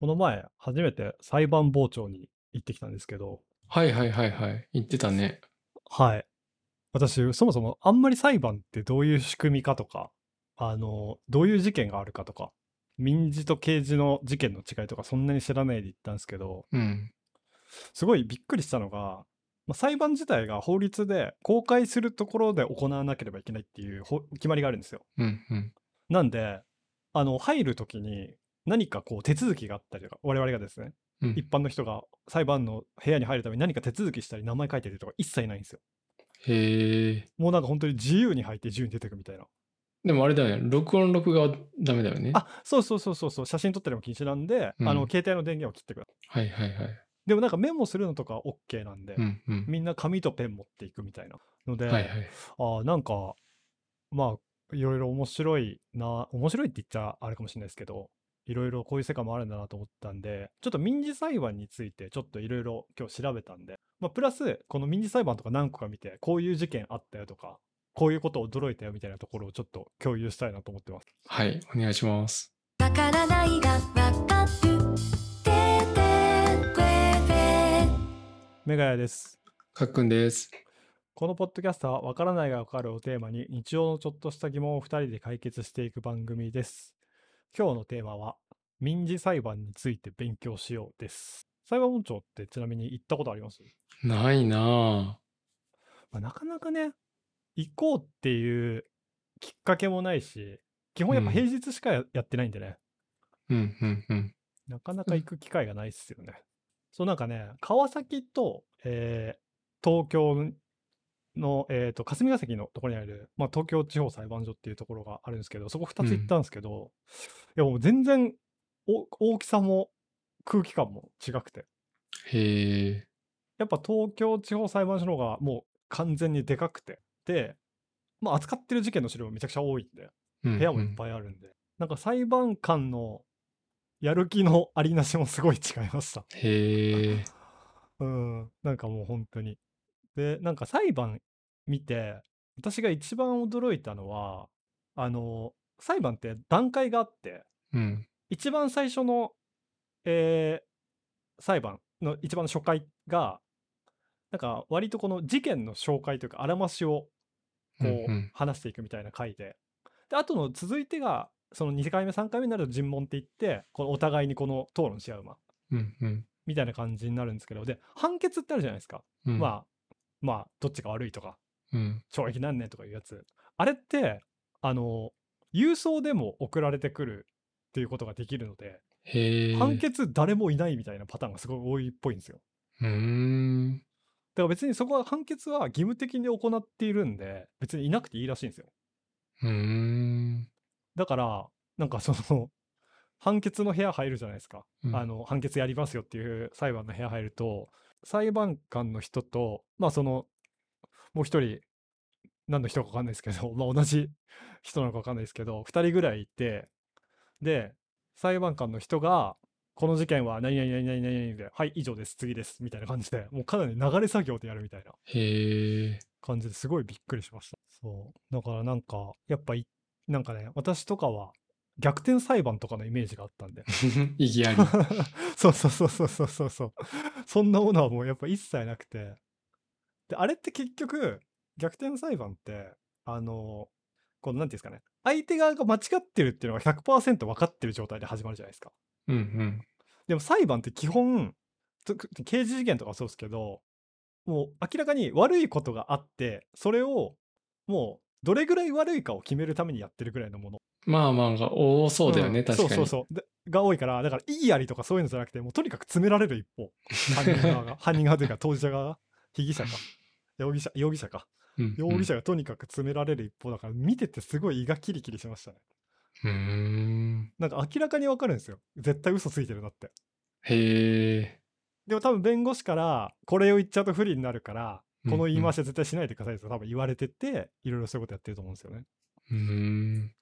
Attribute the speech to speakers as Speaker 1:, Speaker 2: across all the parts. Speaker 1: この前、初めて裁判傍聴に行ってきたんですけど、
Speaker 2: はいはいはいはい。言ってたね。
Speaker 1: はい。私、そもそもあんまり裁判ってどういう仕組みかとか、あの、どういう事件があるかとか、民事と刑事の事件の違いとか、そんなに知らないで行ったんですけど、
Speaker 2: うん。
Speaker 1: すごいびっくりしたのが、まあ、裁判自体が法律で公開するところで行わなければいけないっていう法決まりがあるんですよ。
Speaker 2: うんうん。
Speaker 1: なんで、あの、入るときに何かこう手続きがあったりとか、我々がですね、
Speaker 2: う
Speaker 1: 一
Speaker 2: ん。
Speaker 1: 般の人が裁判の部屋に入るために何か手続きしたり、名前書いてるとか一切ないんですよ。
Speaker 2: へえ。
Speaker 1: もうなんか本当に自由に入って自由に出てくみたいな。
Speaker 2: でもあれだよね。録音録画はダメだよね。
Speaker 1: あ、そうそうそうそうそう、写真撮ったりも禁止なんで、
Speaker 2: う
Speaker 1: あの、
Speaker 2: ん。
Speaker 1: 携帯の電源を切ってください。
Speaker 2: はいはいはい。
Speaker 1: でもなんかメモするのとか OK なん
Speaker 2: う
Speaker 1: で、
Speaker 2: んうん。
Speaker 1: みんな紙とペン持っていくみたいなの
Speaker 2: はい
Speaker 1: で、
Speaker 2: はい。
Speaker 1: ああ、なんか、まあ、いろいろ面白いな、面白いって言っちゃあれかもしれないですけど、いろいろこういう世界もあるんだなと思ったんで、ちょっと民事裁判についてちょっといろいろ今日調べたんで、まあ、プラス、この民事裁判とか何個か見て、こういう事件あったよとか、こういうことを驚いたよみたいなところをちょっと共有したいなと思ってます。
Speaker 2: はい、お願いします。
Speaker 3: わからないがわかる。ててくれて。
Speaker 1: メガヤです。
Speaker 2: かっくんです。
Speaker 1: このポッドキャストは、わからないがわかるをテーマに、日常のちょっとした疑問を2人で解決していく番組です。今日のテーマは、民事裁判について勉強しようです。裁判本庁ってちなみに行ったことあります
Speaker 2: ないなぁ。
Speaker 1: まあ、なかなかね、行こうっていうきっかけもないし、基本
Speaker 2: う
Speaker 1: やっぱ平
Speaker 2: ん。
Speaker 1: 日しかややってないんでね、
Speaker 2: うんうんうん。
Speaker 1: なかな
Speaker 2: う
Speaker 1: か行
Speaker 2: ん
Speaker 1: く機会がないっすよね。そうなんかね、川崎と、えー東京の、えーと、霞が関のところにある、まあ、東京地方裁判所っていうところがあるんですけど、そこ2
Speaker 2: う
Speaker 1: つ行った
Speaker 2: ん。
Speaker 1: んですけど、いやもう全然お大きさも空気感も違くて、
Speaker 2: へえ。
Speaker 1: やっぱ東京地方裁判所の方がもう完全にでかくて、で、まあ、扱ってる事件の種類もめちゃくちゃ多いんで、
Speaker 2: う
Speaker 1: 部
Speaker 2: ん
Speaker 1: 屋
Speaker 2: う
Speaker 1: もいっ
Speaker 2: ん。
Speaker 1: ぱいあるんで、なんか裁判官のやる気のありなしもすごい違いました。
Speaker 2: へえ。
Speaker 1: うん、なんかもう本当に。で、なんか裁判見て、私が一番驚いたのは、あの、裁判って段階があって、
Speaker 2: うん。
Speaker 1: 一番最初の、えー裁判の一番の初回が、なんか割とこの事件の紹介というか、あらましを
Speaker 2: うん
Speaker 1: こ
Speaker 2: う。
Speaker 1: うん話していくみたいな回で、で、あとの続いてが、その2回目、3回目になると尋問って言って、このお互いにこの討論し合う間
Speaker 2: うんうん。
Speaker 1: みたいな感じになるんですけど、で、判決ってあるじゃないですか。
Speaker 2: うん。
Speaker 1: まあ、まあ、どっちが悪いとか、
Speaker 2: うん。
Speaker 1: 懲役何年とかいうやつ。あれって、あの、郵送でも送られてくるっていうことができるので、
Speaker 2: へ
Speaker 1: 判
Speaker 2: え。
Speaker 1: 決誰もいないみたいなパターンがすごい多いっぽいんですよ。
Speaker 2: うー
Speaker 1: だ
Speaker 2: ん。
Speaker 1: から別にそこは判決は義務的に行っているんで、別にいなくていいらしいんですよ。
Speaker 2: うーん。
Speaker 1: だから、なんかその判決の部屋入るじゃないですか。
Speaker 2: う
Speaker 1: あ
Speaker 2: ん。
Speaker 1: の、判決やりますよっていう裁判の部屋入ると、裁判官の人と、まあその、もう一人、何の人か分かんないですけど、 まあ、同じ人なのか分かんないですけど、2人ぐらいいて、で、裁判官の人が、この事件は何々何々何々で、はい、以上です、次です、みたいな感じで、もうかなり流れ作業でやるみたいな
Speaker 2: へえ。
Speaker 1: 感じですごいびっくりしました。そう。だからなんか、やっぱい、なんかね、私とかは逆転裁判とかのイメージがあったんで。
Speaker 2: 意義あり。
Speaker 1: そうそうそうそうそうそうそう。そんなものはもうやっぱ一切なくて。で、あれって結局、逆転裁判って、あの、この、なんていうんですかね、相手側が間違ってるっていうのが100%分かってる状態で始まるじゃないですか。
Speaker 2: うんうん。
Speaker 1: でも裁判って基本、と刑事事件とかはそうですけど、もう明らかに悪いことがあって、それをもうどれぐらい悪いかを決めるためにやってるぐらいのもの。
Speaker 2: まあまあ、なんか多そう
Speaker 1: う
Speaker 2: だよ
Speaker 1: ん、
Speaker 2: ね、
Speaker 1: そ
Speaker 2: 確
Speaker 1: う
Speaker 2: か
Speaker 1: そう
Speaker 2: に。
Speaker 1: そう。でが多いから、だからいいありとかそういうのじゃなくて、もうとにかく詰められる一 方。犯人側が、犯人側というか当事者側が、被疑者か、容疑者、容疑者か。
Speaker 2: うんう
Speaker 1: 容疑
Speaker 2: ん。
Speaker 1: 者がとにかく詰められる一方だから、見ててすごい胃がキリキリしましたね。
Speaker 2: うーん。
Speaker 1: なんか明らかにわかるんですよ。絶対嘘ついてるなって。
Speaker 2: へえ。
Speaker 1: でも多分弁護士からこれを言っちゃうと不利になるから
Speaker 2: う
Speaker 1: この
Speaker 2: ん
Speaker 1: 言
Speaker 2: う
Speaker 1: い回
Speaker 2: ん。
Speaker 1: しは絶対しないでくださいと多分言われてていろいろそういうことやってると思うんですよね。
Speaker 2: うーん。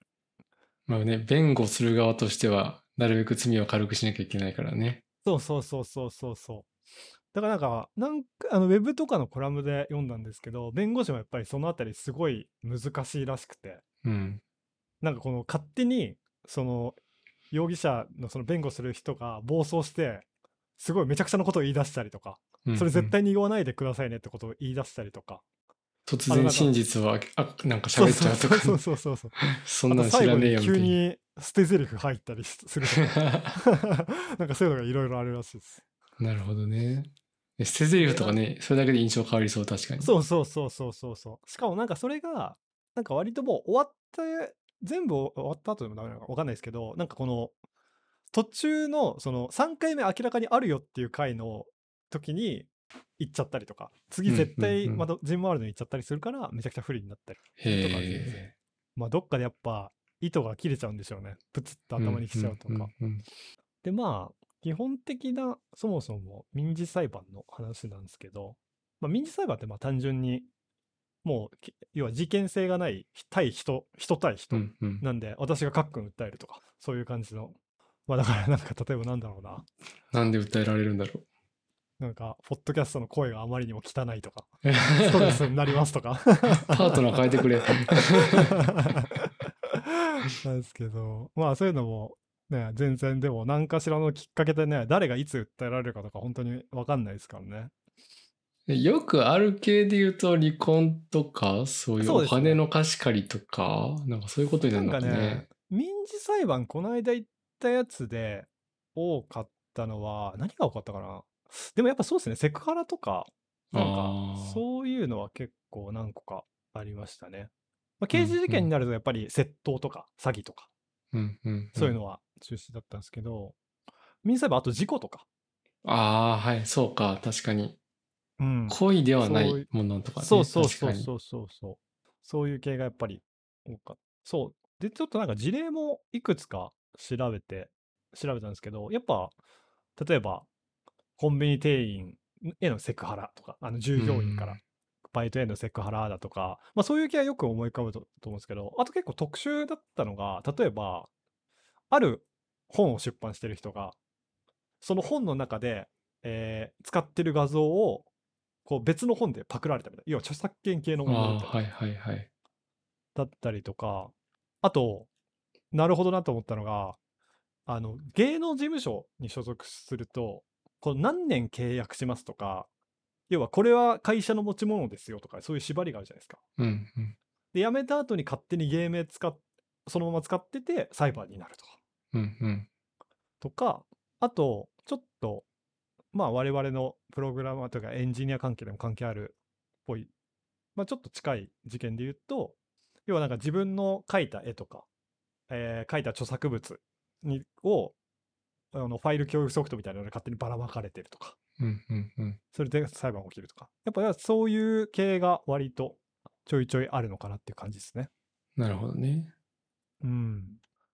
Speaker 2: まあね、弁護する側としては、なるべく罪を軽くしなきゃいけないからね。
Speaker 1: そうそうそうそうそうそう。だからなんか、なんかあのウェブとかのコラムで読んだんですけど弁護士もやっぱりそのあたりすごい難しいらしくて
Speaker 2: うん。
Speaker 1: なんかこの勝手にその容疑者のその弁護する人が暴走して、すごいめちゃくちゃなことを言い出したりとか、
Speaker 2: うん
Speaker 1: それ絶
Speaker 2: うん
Speaker 1: 対に言わないでくださいねってことを言い出したりとか。
Speaker 2: 突
Speaker 1: あのなんか
Speaker 2: 然真実をああなんか
Speaker 1: そう
Speaker 2: 喋っちゃうとか、
Speaker 1: そうそうそうそう。
Speaker 2: そ
Speaker 1: あ
Speaker 2: んな
Speaker 1: と
Speaker 2: の
Speaker 1: 最
Speaker 2: 知
Speaker 1: 後
Speaker 2: らねえ
Speaker 1: に
Speaker 2: よみ
Speaker 1: 急
Speaker 2: たいな。
Speaker 1: に捨て台詞入ったりするとか なんかそういうのがいろいろあるらしいです。
Speaker 2: なるほどね。え捨て台詞とかね、それだけで印象変わりそう、確かに。
Speaker 1: そうそうそうそうそうそう。しかもなんかそれが、なんか割ともう終わって、全部終わった後でもダメなのかわかんないですけど、なんかこの、途中のその3回目明らかにあるよっていう回の時に行っちゃったりとか、次
Speaker 2: うん
Speaker 1: 絶
Speaker 2: う
Speaker 1: 対
Speaker 2: んうん
Speaker 1: またジムワールドに行っちゃったりするから、めちゃくちゃ不利になったり。とかです
Speaker 2: へ
Speaker 1: ねまあどっかでやっぱ糸が切れちゃうんでしょうね。プツッと
Speaker 2: ー
Speaker 1: 頭にきちゃうとか。
Speaker 2: んんうん
Speaker 1: でまあ基本的なそもそも民事裁判の話なんですけど、まあ、民事裁判ってまあ単純にもうき要は事件性がない対人人対人
Speaker 2: うんうん
Speaker 1: なんで、私がカックン訴えるとかそういう感じのまあだからなんか例えばなんだろうな
Speaker 2: なんで訴えられるんだろう。
Speaker 1: なんかポッドキャストの声があまりにも汚いとかス
Speaker 2: ス
Speaker 1: トレスになりますと か
Speaker 2: パートナー変えてく れ。
Speaker 1: なんですけどまあそういうのもね全然でも何かしらのきっかけでね誰がいつ訴えられるかとか本当に分かんないですからね
Speaker 2: よくある系で言うと離婚とか、そういう
Speaker 1: そう
Speaker 2: お
Speaker 1: ですね
Speaker 2: 金の貸し借りとか、なんかそういうことになるのか
Speaker 1: なんかね
Speaker 2: ね。
Speaker 1: 民事裁判この間行ったやつで多かったのは何が多かったかなでもやっぱそうですねセクハラとかなん
Speaker 2: あ
Speaker 1: か
Speaker 2: ー
Speaker 1: そういうのは結構何個かありましたね、まあ、刑事事件になるとやっぱり窃盗とか詐欺とか
Speaker 2: うんうん
Speaker 1: そういう
Speaker 2: の。
Speaker 1: のは中止だったんですけど、民事裁判あと事故とか、
Speaker 2: ああ、はい、そうか、確かに。
Speaker 1: うん
Speaker 2: 恋ではな
Speaker 1: そう
Speaker 2: い
Speaker 1: い
Speaker 2: ものとかね。
Speaker 1: そうそうそう
Speaker 2: 確かに
Speaker 1: そうそうそう。そういう系がやっぱり多かった。そう。で、ちょっとなんか事例もいくつか調べて、調べたんですけど、やっぱ、例えば、コンビニ店員へのセクハラとか、あの従業員から
Speaker 2: うん
Speaker 1: バイトへのセクハラだとか、まあそういう系はよく思い浮かぶとと思うんですけど、あと結構特殊だったのが、例えば、ある本を出版してる人が、その本の中で、えー使ってる画像をこう別の本でパクられたみたいな、要は著作権系のもの
Speaker 2: あ
Speaker 1: み
Speaker 2: あ
Speaker 1: たいな
Speaker 2: ー、はいはいはい。
Speaker 1: だったりとか、あと、なるほどなと思ったのが、あの芸能事務所に所属すると、この何年契約しますとか、要はこれは会社の持ち物ですよとか、そういう縛りがあるじゃないですか。
Speaker 2: うんうん
Speaker 1: で、辞めた後に勝手に芸名使っそのまま使ってて裁判になるとか。
Speaker 2: うんうん。
Speaker 1: とか、あと、ちょっと、まあ、我々のプログラマーというかエンジニア関係でも関係あるっぽい、まあ、ちょっと近い事件で言うと、要はなんか自分の描いた絵とか、えー描いた著作物にをあのファイル共有ソフトみたいなので勝手にばらまかれてるとか、
Speaker 2: うんうんうん。
Speaker 1: それで裁判が起きるとか、やっぱそういう系が割とちょいちょいあるのかなっていう感じですね。
Speaker 2: なるほどね。
Speaker 1: うん。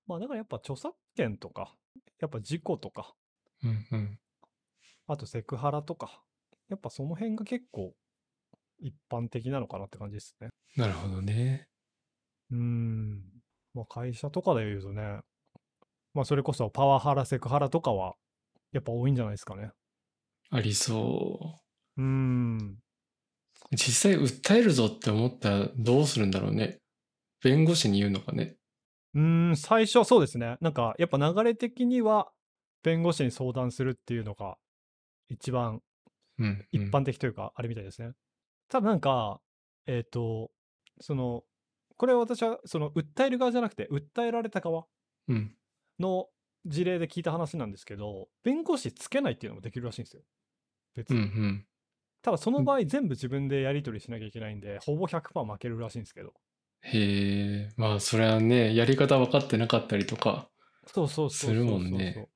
Speaker 1: まあ、だからやっぱ著作権とか、やっぱ事故とか、
Speaker 2: うんうん。
Speaker 1: あとセクハラとか。やっぱその辺が結構一般的なのかなって感じですね。
Speaker 2: なるほどね。
Speaker 1: うーん。まあ会社とかで言うとね、まあそれこそパワハラ、セクハラとかはやっぱ多いんじゃないですかね。
Speaker 2: ありそう
Speaker 1: ーん。
Speaker 2: う。実際訴えるぞって思ったらどうするんだろうね。弁護士に言うのかね。
Speaker 1: うーん、最初はそうですね。なんかやっぱ流れ的には弁護士に相談するっていうのが一番
Speaker 2: うん、
Speaker 1: 一般的というか、あれみたいですね。ただなんか、えっ、と、その、これは私はその訴える側じゃなくて訴えられた側
Speaker 2: うん。
Speaker 1: の事例で聞いた話なんですけど、弁護士つけないっていうのもできるらしいんですよ。別
Speaker 2: う
Speaker 1: に。
Speaker 2: んうん。
Speaker 1: ただその場合全部自分でやり取りしなきゃいけないんで、ほぼ100%負けるらしいんですけど。
Speaker 2: へえ。まあ、それはね、やり方分かってなかったりとか。
Speaker 1: そうそうそうそうそうそう。
Speaker 2: するもんね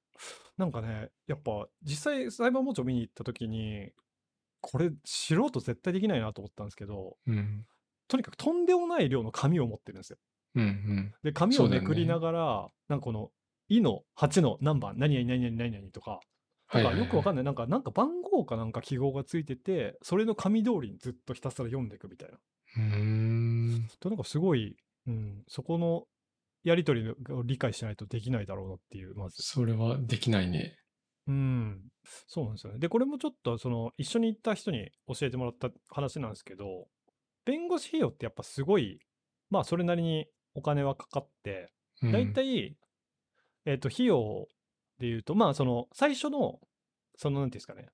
Speaker 1: なんかね、やっぱ実際裁判傍聴見に行った時に、これ素人絶対できないなと思ったんですけど、
Speaker 2: うん。
Speaker 1: とにかくとんでもない量の紙を持ってるんですよ。
Speaker 2: うんうん。
Speaker 1: で、紙
Speaker 2: そ
Speaker 1: を
Speaker 2: う
Speaker 1: め
Speaker 2: だよね
Speaker 1: くりながら、なんかこの、いの8の何番、何々何々何々とか、
Speaker 2: はい
Speaker 1: な
Speaker 2: は
Speaker 1: ん
Speaker 2: い
Speaker 1: か
Speaker 2: は
Speaker 1: よ
Speaker 2: い。
Speaker 1: くわかんない、なんか、なんか番号かなんか記号がついてて、それの紙通りにずっとひたすら読んでいくみたいな。
Speaker 2: うーん。
Speaker 1: となんかすごい、うん、そこのやりとりを理解しないとできないだろうなっていう、まず。
Speaker 2: それはできないね。
Speaker 1: うん、そうなんですよね。で、これもちょっと、その、一緒に行った人に教えてもらった話なんですけど、弁護士費用ってやっぱすごい、まあ、それなりにお金はかかって、
Speaker 2: うん
Speaker 1: 大体、えっ、と、費用で言うと、まあ、その、最初の、その、なんていうんですかね、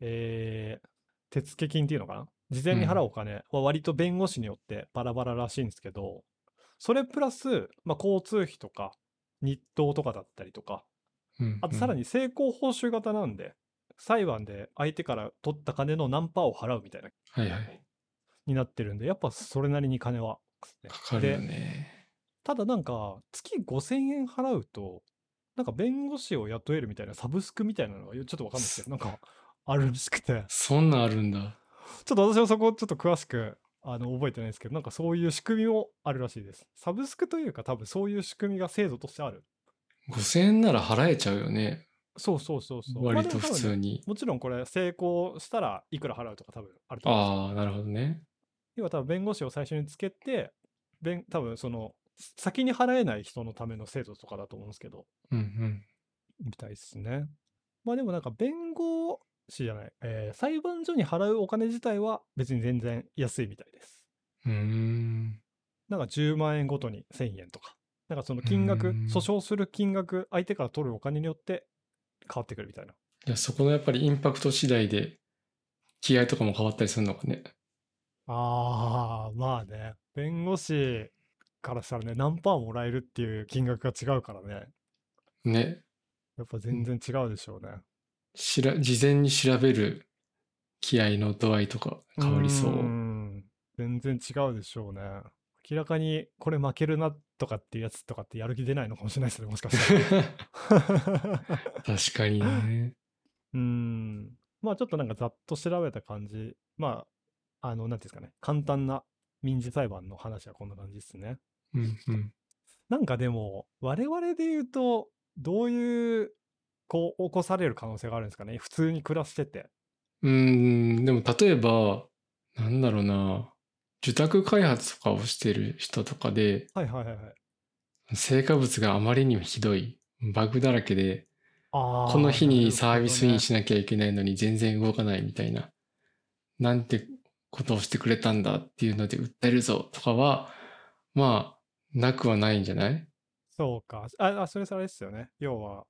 Speaker 1: えー、手付金っていうのかな事前に払うお金は割と弁護士によってバラバラらしいんですけど、それプラス、まあ、交通費とか、日当とかだったりとか、
Speaker 2: うん
Speaker 1: あとさらに成功報酬型なんで、裁判で相手から取った金の何パーを払うみたいな、
Speaker 2: うんはいはい。
Speaker 1: になってるんで、やっぱそれなりに金は。
Speaker 2: かかるよ
Speaker 1: で
Speaker 2: ね。
Speaker 1: ただなんか、月5000円払うと、なんか弁護士を雇えるみたいなサブスクみたいなのがちょっとわかんないですけど、なんかあるらしくて、
Speaker 2: そんなんあるんだ。
Speaker 1: ちょっと私はそこちょっと詳しくあの覚えてないですけど、なんかそういう仕組みもあるらしいです。サブスクというか多分そういう仕組みが制度としてある。
Speaker 2: 5000円なら払えちゃうよね。
Speaker 1: そうそうそうそう。まあ
Speaker 2: 割
Speaker 1: で
Speaker 2: と
Speaker 1: も多
Speaker 2: 普
Speaker 1: 分ね
Speaker 2: 通に。
Speaker 1: もちろんこれ成功したらいくら払うとか多分あると思うんですよ。
Speaker 2: ああ、なるほどね。
Speaker 1: 要は多分弁護士を最初につけて、弁多分その先に払えない人のための制度とかだと思うんですけど、
Speaker 2: うんうん。
Speaker 1: みたいですね。まあでもなんか弁護士じゃない、えー裁判所に払うお金自体は別に全然安いみたいです。
Speaker 2: うーん。
Speaker 1: なんか10万円ごとに1000円とか、なんかその金額、
Speaker 2: うーん
Speaker 1: 訴訟する金額、相手から取るお金によって変わってくるみたいな。
Speaker 2: いや、そこのやっぱりインパクト次第で、気合とかも変わったりするのかね。
Speaker 1: ああ、まあね。弁護士からしたらね、何パーもらえるっていう金額が違うからね。
Speaker 2: ね。
Speaker 1: やっぱ全然違うでしょうね。
Speaker 2: しら、事前に調べる気合の度合いとか変わりそう
Speaker 1: ー
Speaker 2: う。
Speaker 1: ん全然違うでしょうね。明らかにこれ負けるなとかっていうやつとかってやる気出ないのかもしれないですね、もしかしたら。
Speaker 2: 確かにね。
Speaker 1: うーん。まあちょっとなんかざっと調べた感じ。まあ、あの、なんていうんですかね、簡単な民事裁判の話はこんな感じですね。
Speaker 2: うんうん。
Speaker 1: なんかでも、我々で言うと、どういう、こう、起こされる可能性があるんですかね。普通に暮らしてて。
Speaker 2: うーん、でも例えば、なんだろうな、受託開発とかをしてる人とかで、
Speaker 1: はいはいはいはい。
Speaker 2: 成果物があまりにもひどい、バグだらけで、
Speaker 1: あー
Speaker 2: この日
Speaker 1: なるほ
Speaker 2: に
Speaker 1: ど
Speaker 2: サービスイ
Speaker 1: ね
Speaker 2: ンしなきゃいけないのに全然動かないみたいな、なんてことをしてくれたんだっていうので訴えるぞとかは、まあ、なくはないんじゃない
Speaker 1: そうか。あ、あそれそれですよね。要は、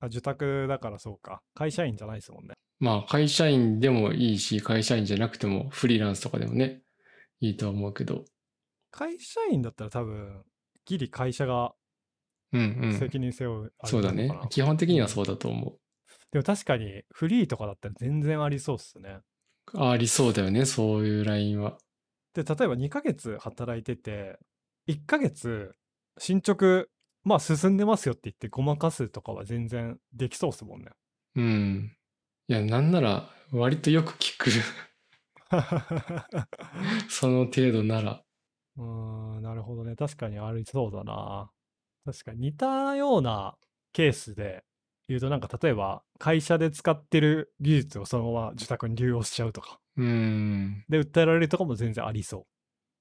Speaker 1: あ受託だからそうか。会社員じゃないですもんね。
Speaker 2: まあ、会社員でもいいし、会社員じゃなくてもフリーランスとかでもね、いいとは思うけど。
Speaker 1: 会社員だったら多分、ギリ会社が
Speaker 2: うんうん。
Speaker 1: 責任背負う、あれ
Speaker 2: そうだ
Speaker 1: なの
Speaker 2: ね
Speaker 1: かな。
Speaker 2: 基本的にはそうだと思う。
Speaker 1: でも確かに、フリーとかだったら全然ありそうっすね。
Speaker 2: ありそうだよね、そういうラインは。
Speaker 1: で、例えば2ヶ月働いてて、1ヶ月、進捗、まあ進んでますよって言ってごまかすとかは全然できそうっすもんね。
Speaker 2: うん。いや、なんなら、割とよく聞く。 その程度なら。
Speaker 1: うーん、なるほどね。確かにありそうだな。確かに似たようなケースで言うと、なんか例えば会社で使ってる技術をそのまま受託に流用しちゃうとか、
Speaker 2: うん。
Speaker 1: で、訴えられるとかも全然ありそう。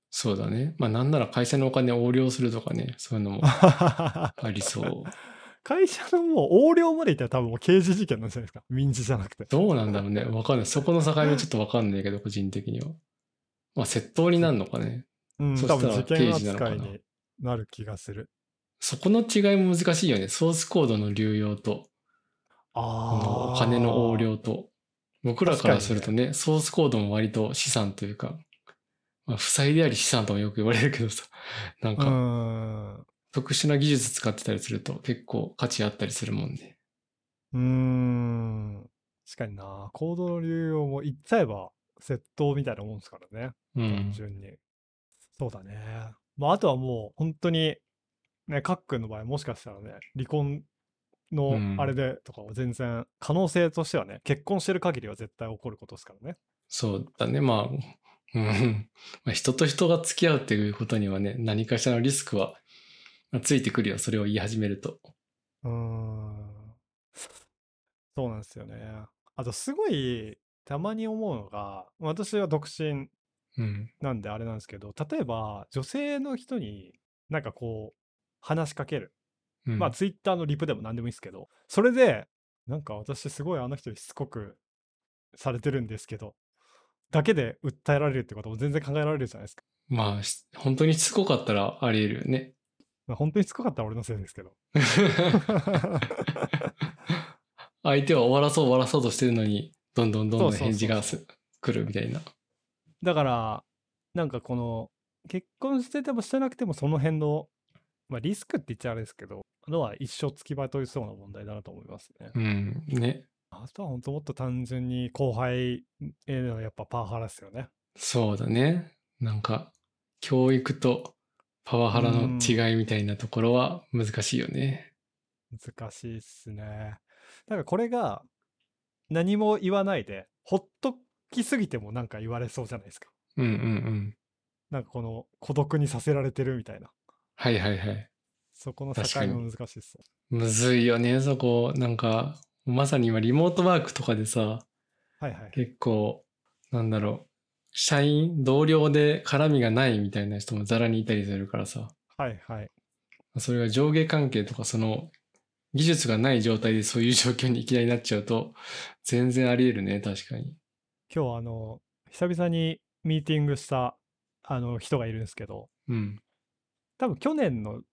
Speaker 2: そうだね。まあ、なんなら会社のお金を横領するとかね、そういう のも
Speaker 1: あ
Speaker 2: ありそう。
Speaker 1: 会社のもう横領までいったら多分もう刑事事件なんじゃないですか。民事じゃなくて。
Speaker 2: どうなんだろうね。わかんない。そこの境目ちょっとわかんないけど、個人的には。まあ、窃盗になるのかね。
Speaker 1: うん、
Speaker 2: そした
Speaker 1: 多
Speaker 2: ら
Speaker 1: 分事件
Speaker 2: 刑事なのか
Speaker 1: 扱
Speaker 2: ない
Speaker 1: になる気がする。
Speaker 2: そこの違いも難しいよね。ソースコードの流用と、この
Speaker 1: ああ。
Speaker 2: お金の横。領と。僕らからすると
Speaker 1: 確
Speaker 2: ね、ソースコードも割と資産というか、まあ、負債であり資産ともよく言われるけどさ、 なん
Speaker 1: う
Speaker 2: か、
Speaker 1: ーん。
Speaker 2: 特殊な技術使ってたりすると結構価値あったりするもんね。
Speaker 1: うーん。確かにな。行動の流用も言っちゃえば窃盗みたいなもんですからね。
Speaker 2: うん
Speaker 1: 単。純に。そうだね。まあ、あとはもう本当に、ね、カックンの場合もしかしたらね、離婚の
Speaker 2: うん
Speaker 1: あれでとかは全然、可能性としてはね、結婚してる限りは絶対起こることですからね。
Speaker 2: そうだね。まあ、うん。 まあ、人と人が付き合うっていうことにはね、何かしらのリスクは、まあついてくるよ。それを言い始めると。
Speaker 1: うーん。そうなんですよね。あとすごい、たまに思うのが、私は独身
Speaker 2: うん。
Speaker 1: なんであれなんですけど、例えば女性の人になんかこう、話しかける。
Speaker 2: うん、
Speaker 1: まあ、ツイッターのリプでも何でもいいですけど、それで、なんか私すごいあの人にしつこくされてるんですけど、だけで訴えられるってことも全然考えられるじゃないですか。
Speaker 2: まあ、し本当にしつこかったらあり得るよね。
Speaker 1: まあ本当にしつこかったら俺のせいです けど。
Speaker 2: 相手は終わらそう終わらそうとしてるのに、どんどんどんどん
Speaker 1: そうそうそう
Speaker 2: 返事がす来るみたいな。
Speaker 1: だから、なんかこの、結婚しててもしてなくてもその辺の、まあリスクって言っちゃあれですけど、のは一生付きまといそうな問題だなと思いますね。
Speaker 2: うん。ね。
Speaker 1: あとは本当もっと単純に後輩へのやっぱパワハラですよね。
Speaker 2: そうだね。なんか、教育とパワハラの違いみたいなところは難しいよね。
Speaker 1: 難しいっすね。だからこれが何も言わないで、ほっときすぎてもなんか言われそうじゃないですか。
Speaker 2: うんうんうん。
Speaker 1: なんかこの孤独にさせられてるみたいな。
Speaker 2: はいはいはい。
Speaker 1: そこの境
Speaker 2: 確かに
Speaker 1: も難しいっすね。
Speaker 2: むずいよね、そこ。なんか、まさに今リモートワークとかでさ、
Speaker 1: はいはい。
Speaker 2: 結構、なんだろう。社員、同僚で絡みがないみたいな人もザラにいたりするからさ。
Speaker 1: はいはい。
Speaker 2: それが上下関係とか、その、技術がない状態でそういう状況にいきなりなっちゃうと、全然あり得るね、確かに。
Speaker 1: 今日あの、久々にミーティングしたあの人がいるんですけど、
Speaker 2: うん。
Speaker 1: 多分去年の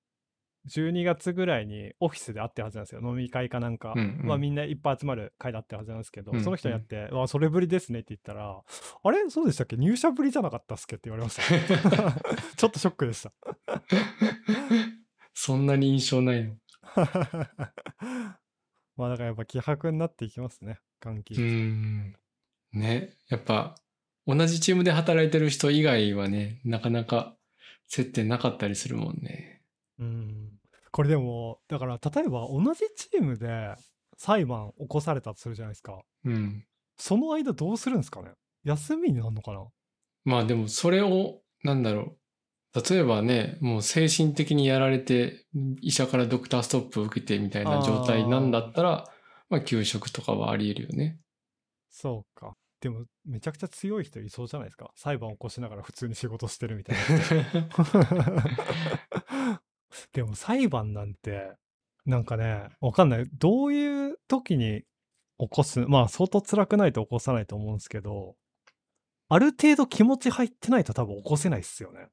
Speaker 1: 12月ぐらいにオフィスで会ってるはずなんですよ。飲み会かなんか。
Speaker 2: うんうん
Speaker 1: まあみんないっぱい集まる会だってはずなんですけど、
Speaker 2: うん
Speaker 1: その人にやって、うわ、それぶりですねって言ったら、あれそうでしたっけ入社ぶりじゃなかったっすけって言われました。 ちょっとショックでした。
Speaker 2: そんなに印象ないの。
Speaker 1: まあだからやっぱ気迫になっていきますね。換気。
Speaker 2: うん。ね。やっぱ、同じチームで働いてる人以外はね、なかなか接点なかったりするもんね。
Speaker 1: うんこれでもだから例えば同じチームで裁判起こされたとするじゃないですか
Speaker 2: うん。
Speaker 1: その間どうするんですかね休みになるのかな
Speaker 2: まあでもそれを、なんだろう。例えばね、もう精神的にやられて、医者からドクターストップを受けてみたいな状態なんだったら、まあ休職とかはあり得るよね。
Speaker 1: そうかでもめちゃくちゃ強い人いそうじゃないですか裁判起こしながら普通に仕事してるみたいな でも裁判なんてなんかねわかんないどういう時に起こすまあ相当辛くないと起こさないと思うんですけどある程度気持ち入ってないと多分起こせないっすよね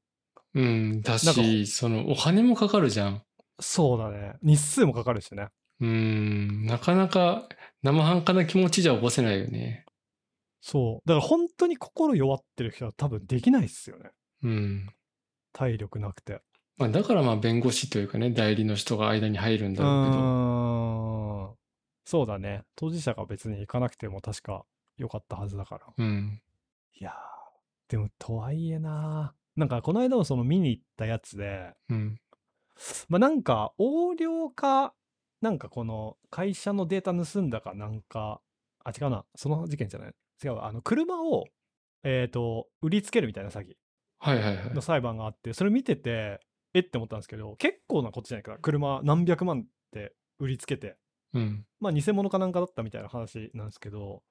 Speaker 2: うん。だ
Speaker 1: なんか
Speaker 2: し、そのお金もかかるじゃん。
Speaker 1: そうだね。日数もかかるしね。
Speaker 2: うん。なかなか生半可な気持ちじゃ起こせないよね。
Speaker 1: そう。だから本当に心弱ってる人は多分できないっすよね。
Speaker 2: うん。
Speaker 1: 体力なくて。
Speaker 2: まあ、だからまあ弁護士というかね、代理の人が間に入るん
Speaker 1: う
Speaker 2: だろうけど。
Speaker 1: ーん。そうだね。当事者が別に行かなくても確か良かったはずだから。
Speaker 2: うん。
Speaker 1: いやー、でもとはいえななんかこの間もその見に行ったやつで、
Speaker 2: うん。
Speaker 1: まあなんか横領か、なんかこの会社のデータ盗んだかなんか、あ、違うな。その事件じゃない。違うわ。あの、車を、えっ、と、売りつけるみたいな詐欺。
Speaker 2: はいはいはい。
Speaker 1: の裁判があってそれ見ててえって思ったんですけど結構なこっちじゃないから車何百万って売りつけて
Speaker 2: うん。
Speaker 1: まあ偽物かなんかだったみたいな話なんですけど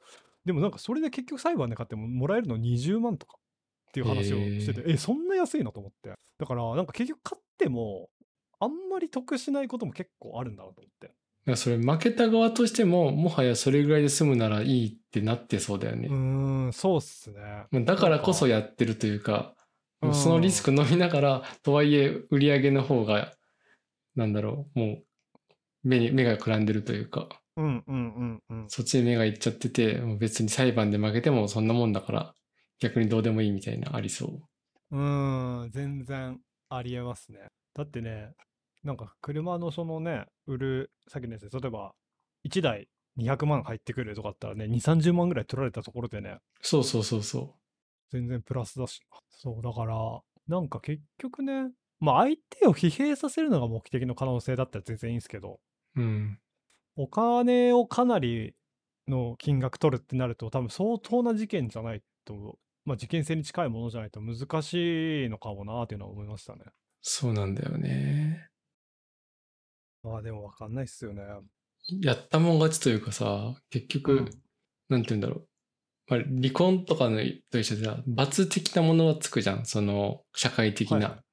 Speaker 1: でもなんかそれで結局裁判で買ってももらえるの20万とかっていう話をしててえそんな安いのと思ってだからなんか結局買ってもあんまり得しないことも結構あるんだなと思って
Speaker 2: だからそれ負けた側としても、もはやそれぐらいで済むならいいってなってそうだよね。
Speaker 1: うーんそうっすね
Speaker 2: まあだからこそやってるというか、
Speaker 1: うん
Speaker 2: そのリスク飲みながら、とはいえ売り上げの方が、なんだろう、もう目に、目がくらんでるというか、
Speaker 1: うんうんうんうん
Speaker 2: そっちに目がいっちゃってて、もう別に裁判で負けてもそんなもんだから、逆にどうでもいいみたいな、ありそう
Speaker 1: ーん、全然ありえますね。だってね、なんか車のそのね、売る、さっきのやつで、例えば1台200万入ってくるとかだったらね、2、30万ぐらい取られたところでね、
Speaker 2: う。そうそうそうそう。
Speaker 1: 全然プラスだし。そう、だから、なんか結局ね、まあ相手を疲弊させるのが目的の可能性だったら全然いいんですけど、
Speaker 2: うん。
Speaker 1: お金をかなりの金額取るってなると、多分相当な事件じゃないと、まあ事件性に近いものじゃないと難しいのかもなっていうのは思いましたね。
Speaker 2: そうなんだよね。
Speaker 1: まあでも分かんないっすよね。
Speaker 2: やったもん勝ちというかさ、結局、
Speaker 1: うん
Speaker 2: なんて言うんだろう。まあ、離婚とかのと一緒でさ、罰的なものはつくじゃん。その、社会的な。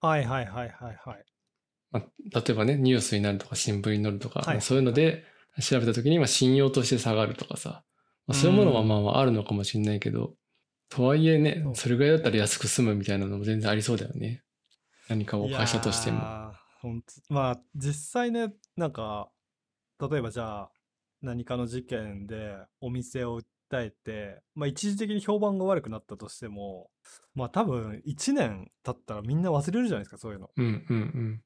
Speaker 1: はいはいはいはいはい。
Speaker 2: まあ、例えばね、ニュースになるとか新聞に載るとか、
Speaker 1: はい
Speaker 2: まあそういうので調べた時にまあ信用として下がるとかさ、まあ、そういうものは
Speaker 1: うん
Speaker 2: まあまああるのかもしれないけど、とはいえね
Speaker 1: そ、う
Speaker 2: それぐらいだったら安く済むみたいなのも全然ありそうだよね。何かを会社として
Speaker 1: い
Speaker 2: も。
Speaker 1: やほんつまあ実際ねなんか例えばじゃあ何かの事件でお店を訴えて、まあ、一時的に評判が悪くなったとしてもまあ多分1年経ったらみんな忘れるじゃないですかそういうの。
Speaker 2: うんうんうん。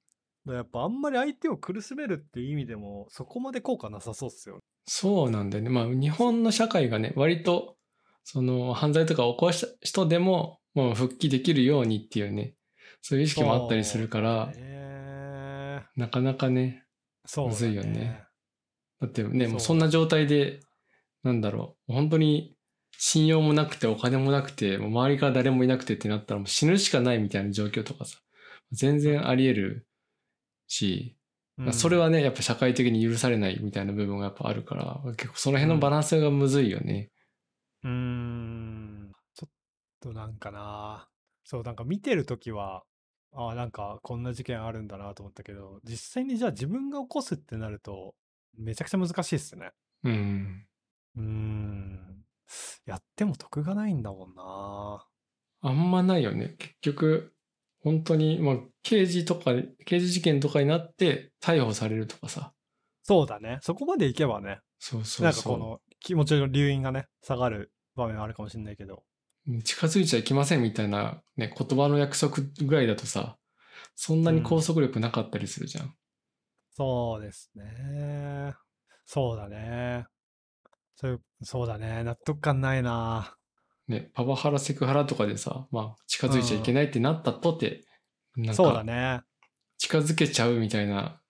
Speaker 1: だからやっぱあんまり相手を苦しめるっていう意味でもそこまで効果なさそうっすよね。
Speaker 2: そうなんだよね。まあ、日本の社会がね、割と、その、犯罪とかを起こした人でも、もう復帰できるようにっていうね、そういう意識もあったりするから、
Speaker 1: へー
Speaker 2: なかなかね、
Speaker 1: そうだ
Speaker 2: むずいよね。だってね、もう
Speaker 1: そ
Speaker 2: そう
Speaker 1: だね
Speaker 2: んな状態で、なんだろう、本当に信用もなくてお金もなくて、もう周りから誰もいなくてってなったらもう死ぬしかないみたいな状況とかさ、全然あり得るし、
Speaker 1: うん
Speaker 2: それはね、やっぱ社会的に許されないみたいな部分がやっぱあるから、結構その辺のバランスがむずいよね。
Speaker 1: うーんちょっとなんかなそうなんか見てるときはああなんかこんな事件あるんだなと思ったけど実際にじゃあ自分が起こすってなるとめちゃくちゃ難しいっすね
Speaker 2: うん。
Speaker 1: うーんやっても得がないんだもんな
Speaker 2: あんまないよね。結局、本当に、まあ、刑事とか、刑事事件とかになって逮捕されるとかさ。
Speaker 1: そうだねそこまでいけばね
Speaker 2: そうそ
Speaker 1: な
Speaker 2: うん
Speaker 1: か
Speaker 2: そ
Speaker 1: こ
Speaker 2: う。
Speaker 1: の気持ちの留飲がね下がる場面はあるかもしれないけど
Speaker 2: 近づいちゃいけませんみたいな、ね、言葉の約束ぐらいだとさ、そんなに拘束力なかったりするじゃん。
Speaker 1: そうですね。そうだね。そういうそうだね。納得感ないな。
Speaker 2: ね、パワハラ、セクハラとかでさ、まあ、近づいちゃいけないってなったとて、なん
Speaker 1: そうだ
Speaker 2: か、
Speaker 1: ね。
Speaker 2: 近づけちゃうみたいな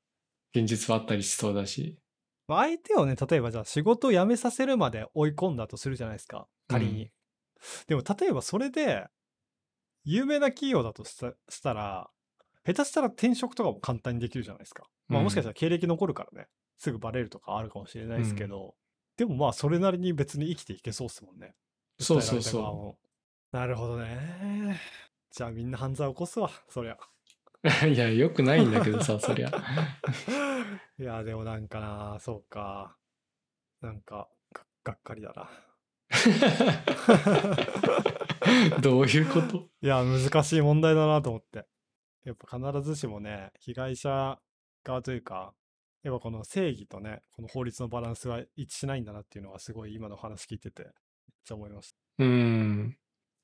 Speaker 2: 現実はあったりしそうだし。
Speaker 1: まあ相手をね、例えばじゃあ仕事を辞めさせるまで追い込んだとするじゃないですか。仮に。でも例えばそれで、有名な企業だとしたしたら、下手したら転職とかも簡単にできるじゃないですか。まあ
Speaker 2: うん
Speaker 1: もしかしたら経歴残るからね、すぐバレるとかあるかもしれないですけど、でもまあそれなりに別に生きていけそうっすもんね。
Speaker 2: そうそうそう
Speaker 1: 訴えられた側もなるほどね。じゃあみんな犯罪起こすわ、そりゃ。
Speaker 2: いや、良くないんだけ どさ、そりゃ。
Speaker 1: いや、でもなんかな、そうか。なんか、ががっかりだな。
Speaker 2: どういうこと
Speaker 1: いや、難しい問題だなと思って。やっぱ必ずしもね、被害者側というか、やっぱこの正義とね、この法律のバランスは一致しないんだなっていうのはすごい今の話聞いてて、めっちゃ思いまし
Speaker 2: うん。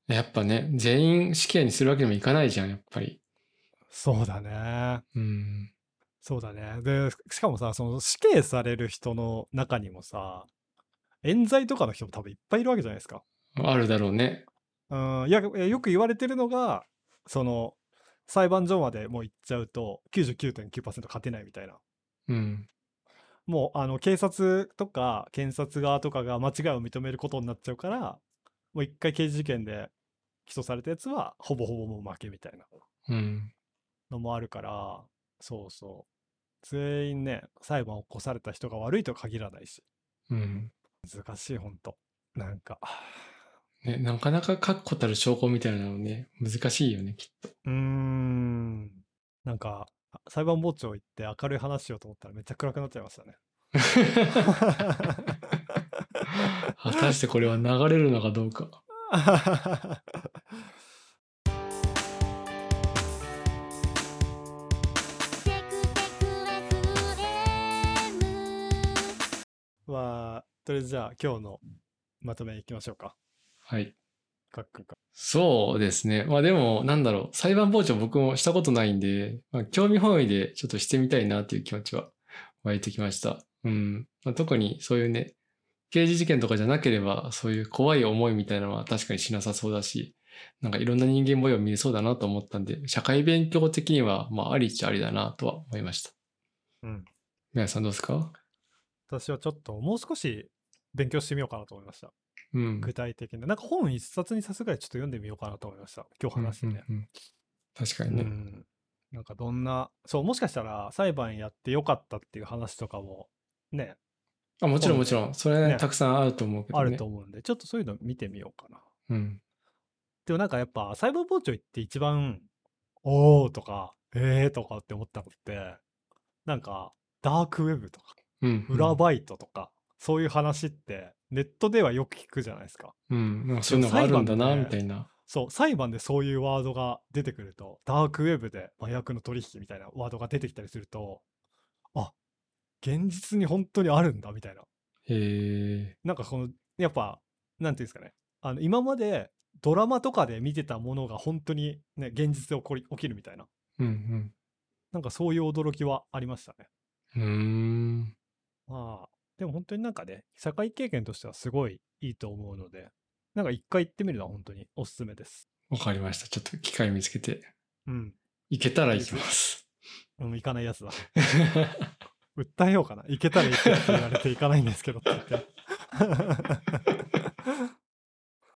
Speaker 2: やっぱね、全員死刑にするわけにもいかないじゃん、やっぱり。
Speaker 1: た。そうだね。
Speaker 2: うん。
Speaker 1: そうだね。で、しかもさ、その死刑される人の中にもさ、冤罪とかの人も多分いっぱいいるわけじゃないですか。
Speaker 2: あるだろうね。
Speaker 1: うん、いや、えよく言われてるのが、その、裁判所までもう行っちゃうと99.9%勝てないみたいな。
Speaker 2: うん。
Speaker 1: もう、あの、警察とか検察側とかが間違いを認めることになっちゃうから、もう一回刑事事件で起訴されたやつは、ほぼほぼもう負けみたいな
Speaker 2: うん。
Speaker 1: のもあるから、そうそう。全員ね、裁判を起こされた人が悪いとは限らないし。
Speaker 2: うん。
Speaker 1: 難しい、ほんと。なんか、
Speaker 2: ね、なかなか確固たる証拠みたいなのね、難しいよね、きっと。
Speaker 1: うーん。なんか、あ裁判傍聴行って明るい話しようと思ったらめっちゃ暗くなっちゃいましたね。
Speaker 2: 果たしてこれは流れるのかどうか。
Speaker 3: テクテク FM
Speaker 1: まあ、とりあえずじゃあ今日のまとめいきましょうか。
Speaker 2: はい。
Speaker 1: かっくんか。
Speaker 2: そうですね。まあでも、なんだろう。裁判傍聴僕もしたことないんで、まあ、興味本位でちょっとしてみたいなっていう気持ちは湧いてきました。うん。まあ、特にそういうね、刑事事件とかじゃなければ、そういう怖い思いみたいなのは確かにしなさそうだし、なんかいろんな人間模様見れそうだなと思ったんで、社会勉強的には、まあありっちゃありだなとは思いました。
Speaker 1: うん。
Speaker 2: 皆さんどうですか
Speaker 1: 私はちょっともう少し勉強してみようかなと思いました。
Speaker 2: うん。
Speaker 1: 具体的な。なんか本一冊にさすがにちょっと読んでみようかなと思いました。今日話してね。
Speaker 2: うんうんうん確かにね。
Speaker 1: うんなんかどんな、そう、もしかしたら裁判やってよかったっていう話とかもね、
Speaker 2: あもちろん
Speaker 1: そう
Speaker 2: も
Speaker 1: ね
Speaker 2: ちろん。それはね、
Speaker 1: ね
Speaker 2: たくさんあると思うけど
Speaker 1: あ
Speaker 2: ね。
Speaker 1: ると思うんで、ちょっとそういうの見てみようかな。
Speaker 2: うん。
Speaker 1: でもなんかやっぱ裁判傍聴行って一番「おー」とか「えー」とかって思ったのってなんかダークウェブとか
Speaker 2: うん。うん
Speaker 1: 裏バイトとか、そういう話ってネットではよく聞くじゃないですか。
Speaker 2: うん、なんかそういうのがあるんだな、
Speaker 1: でも
Speaker 2: みたいな。
Speaker 1: そう裁判でそういうワードが出てくるとダークウェブで麻薬の取引みたいなワードが出てきたりするとあ現実に本当にあるんだみたいな
Speaker 2: へ
Speaker 1: なんかこのやっぱなんていうんですかねあの今までドラマとかで見てたものが本当にね現実で起こり起きるみたいな
Speaker 2: え。うん
Speaker 1: なんかそういう驚きはありましたね。
Speaker 2: うん。うーん。
Speaker 1: まあ、でも本当になんかね、社会経験としてはすごいいいと思うので、なんか一回行ってみるのは本当におすすめです。
Speaker 2: わかりました。ちょっと機会見つけて、
Speaker 1: うん。
Speaker 2: 行けたら行きます。
Speaker 1: うん行かないやつだ。訴えようかな。行けたら行くって言われて行かないんですけどって言って。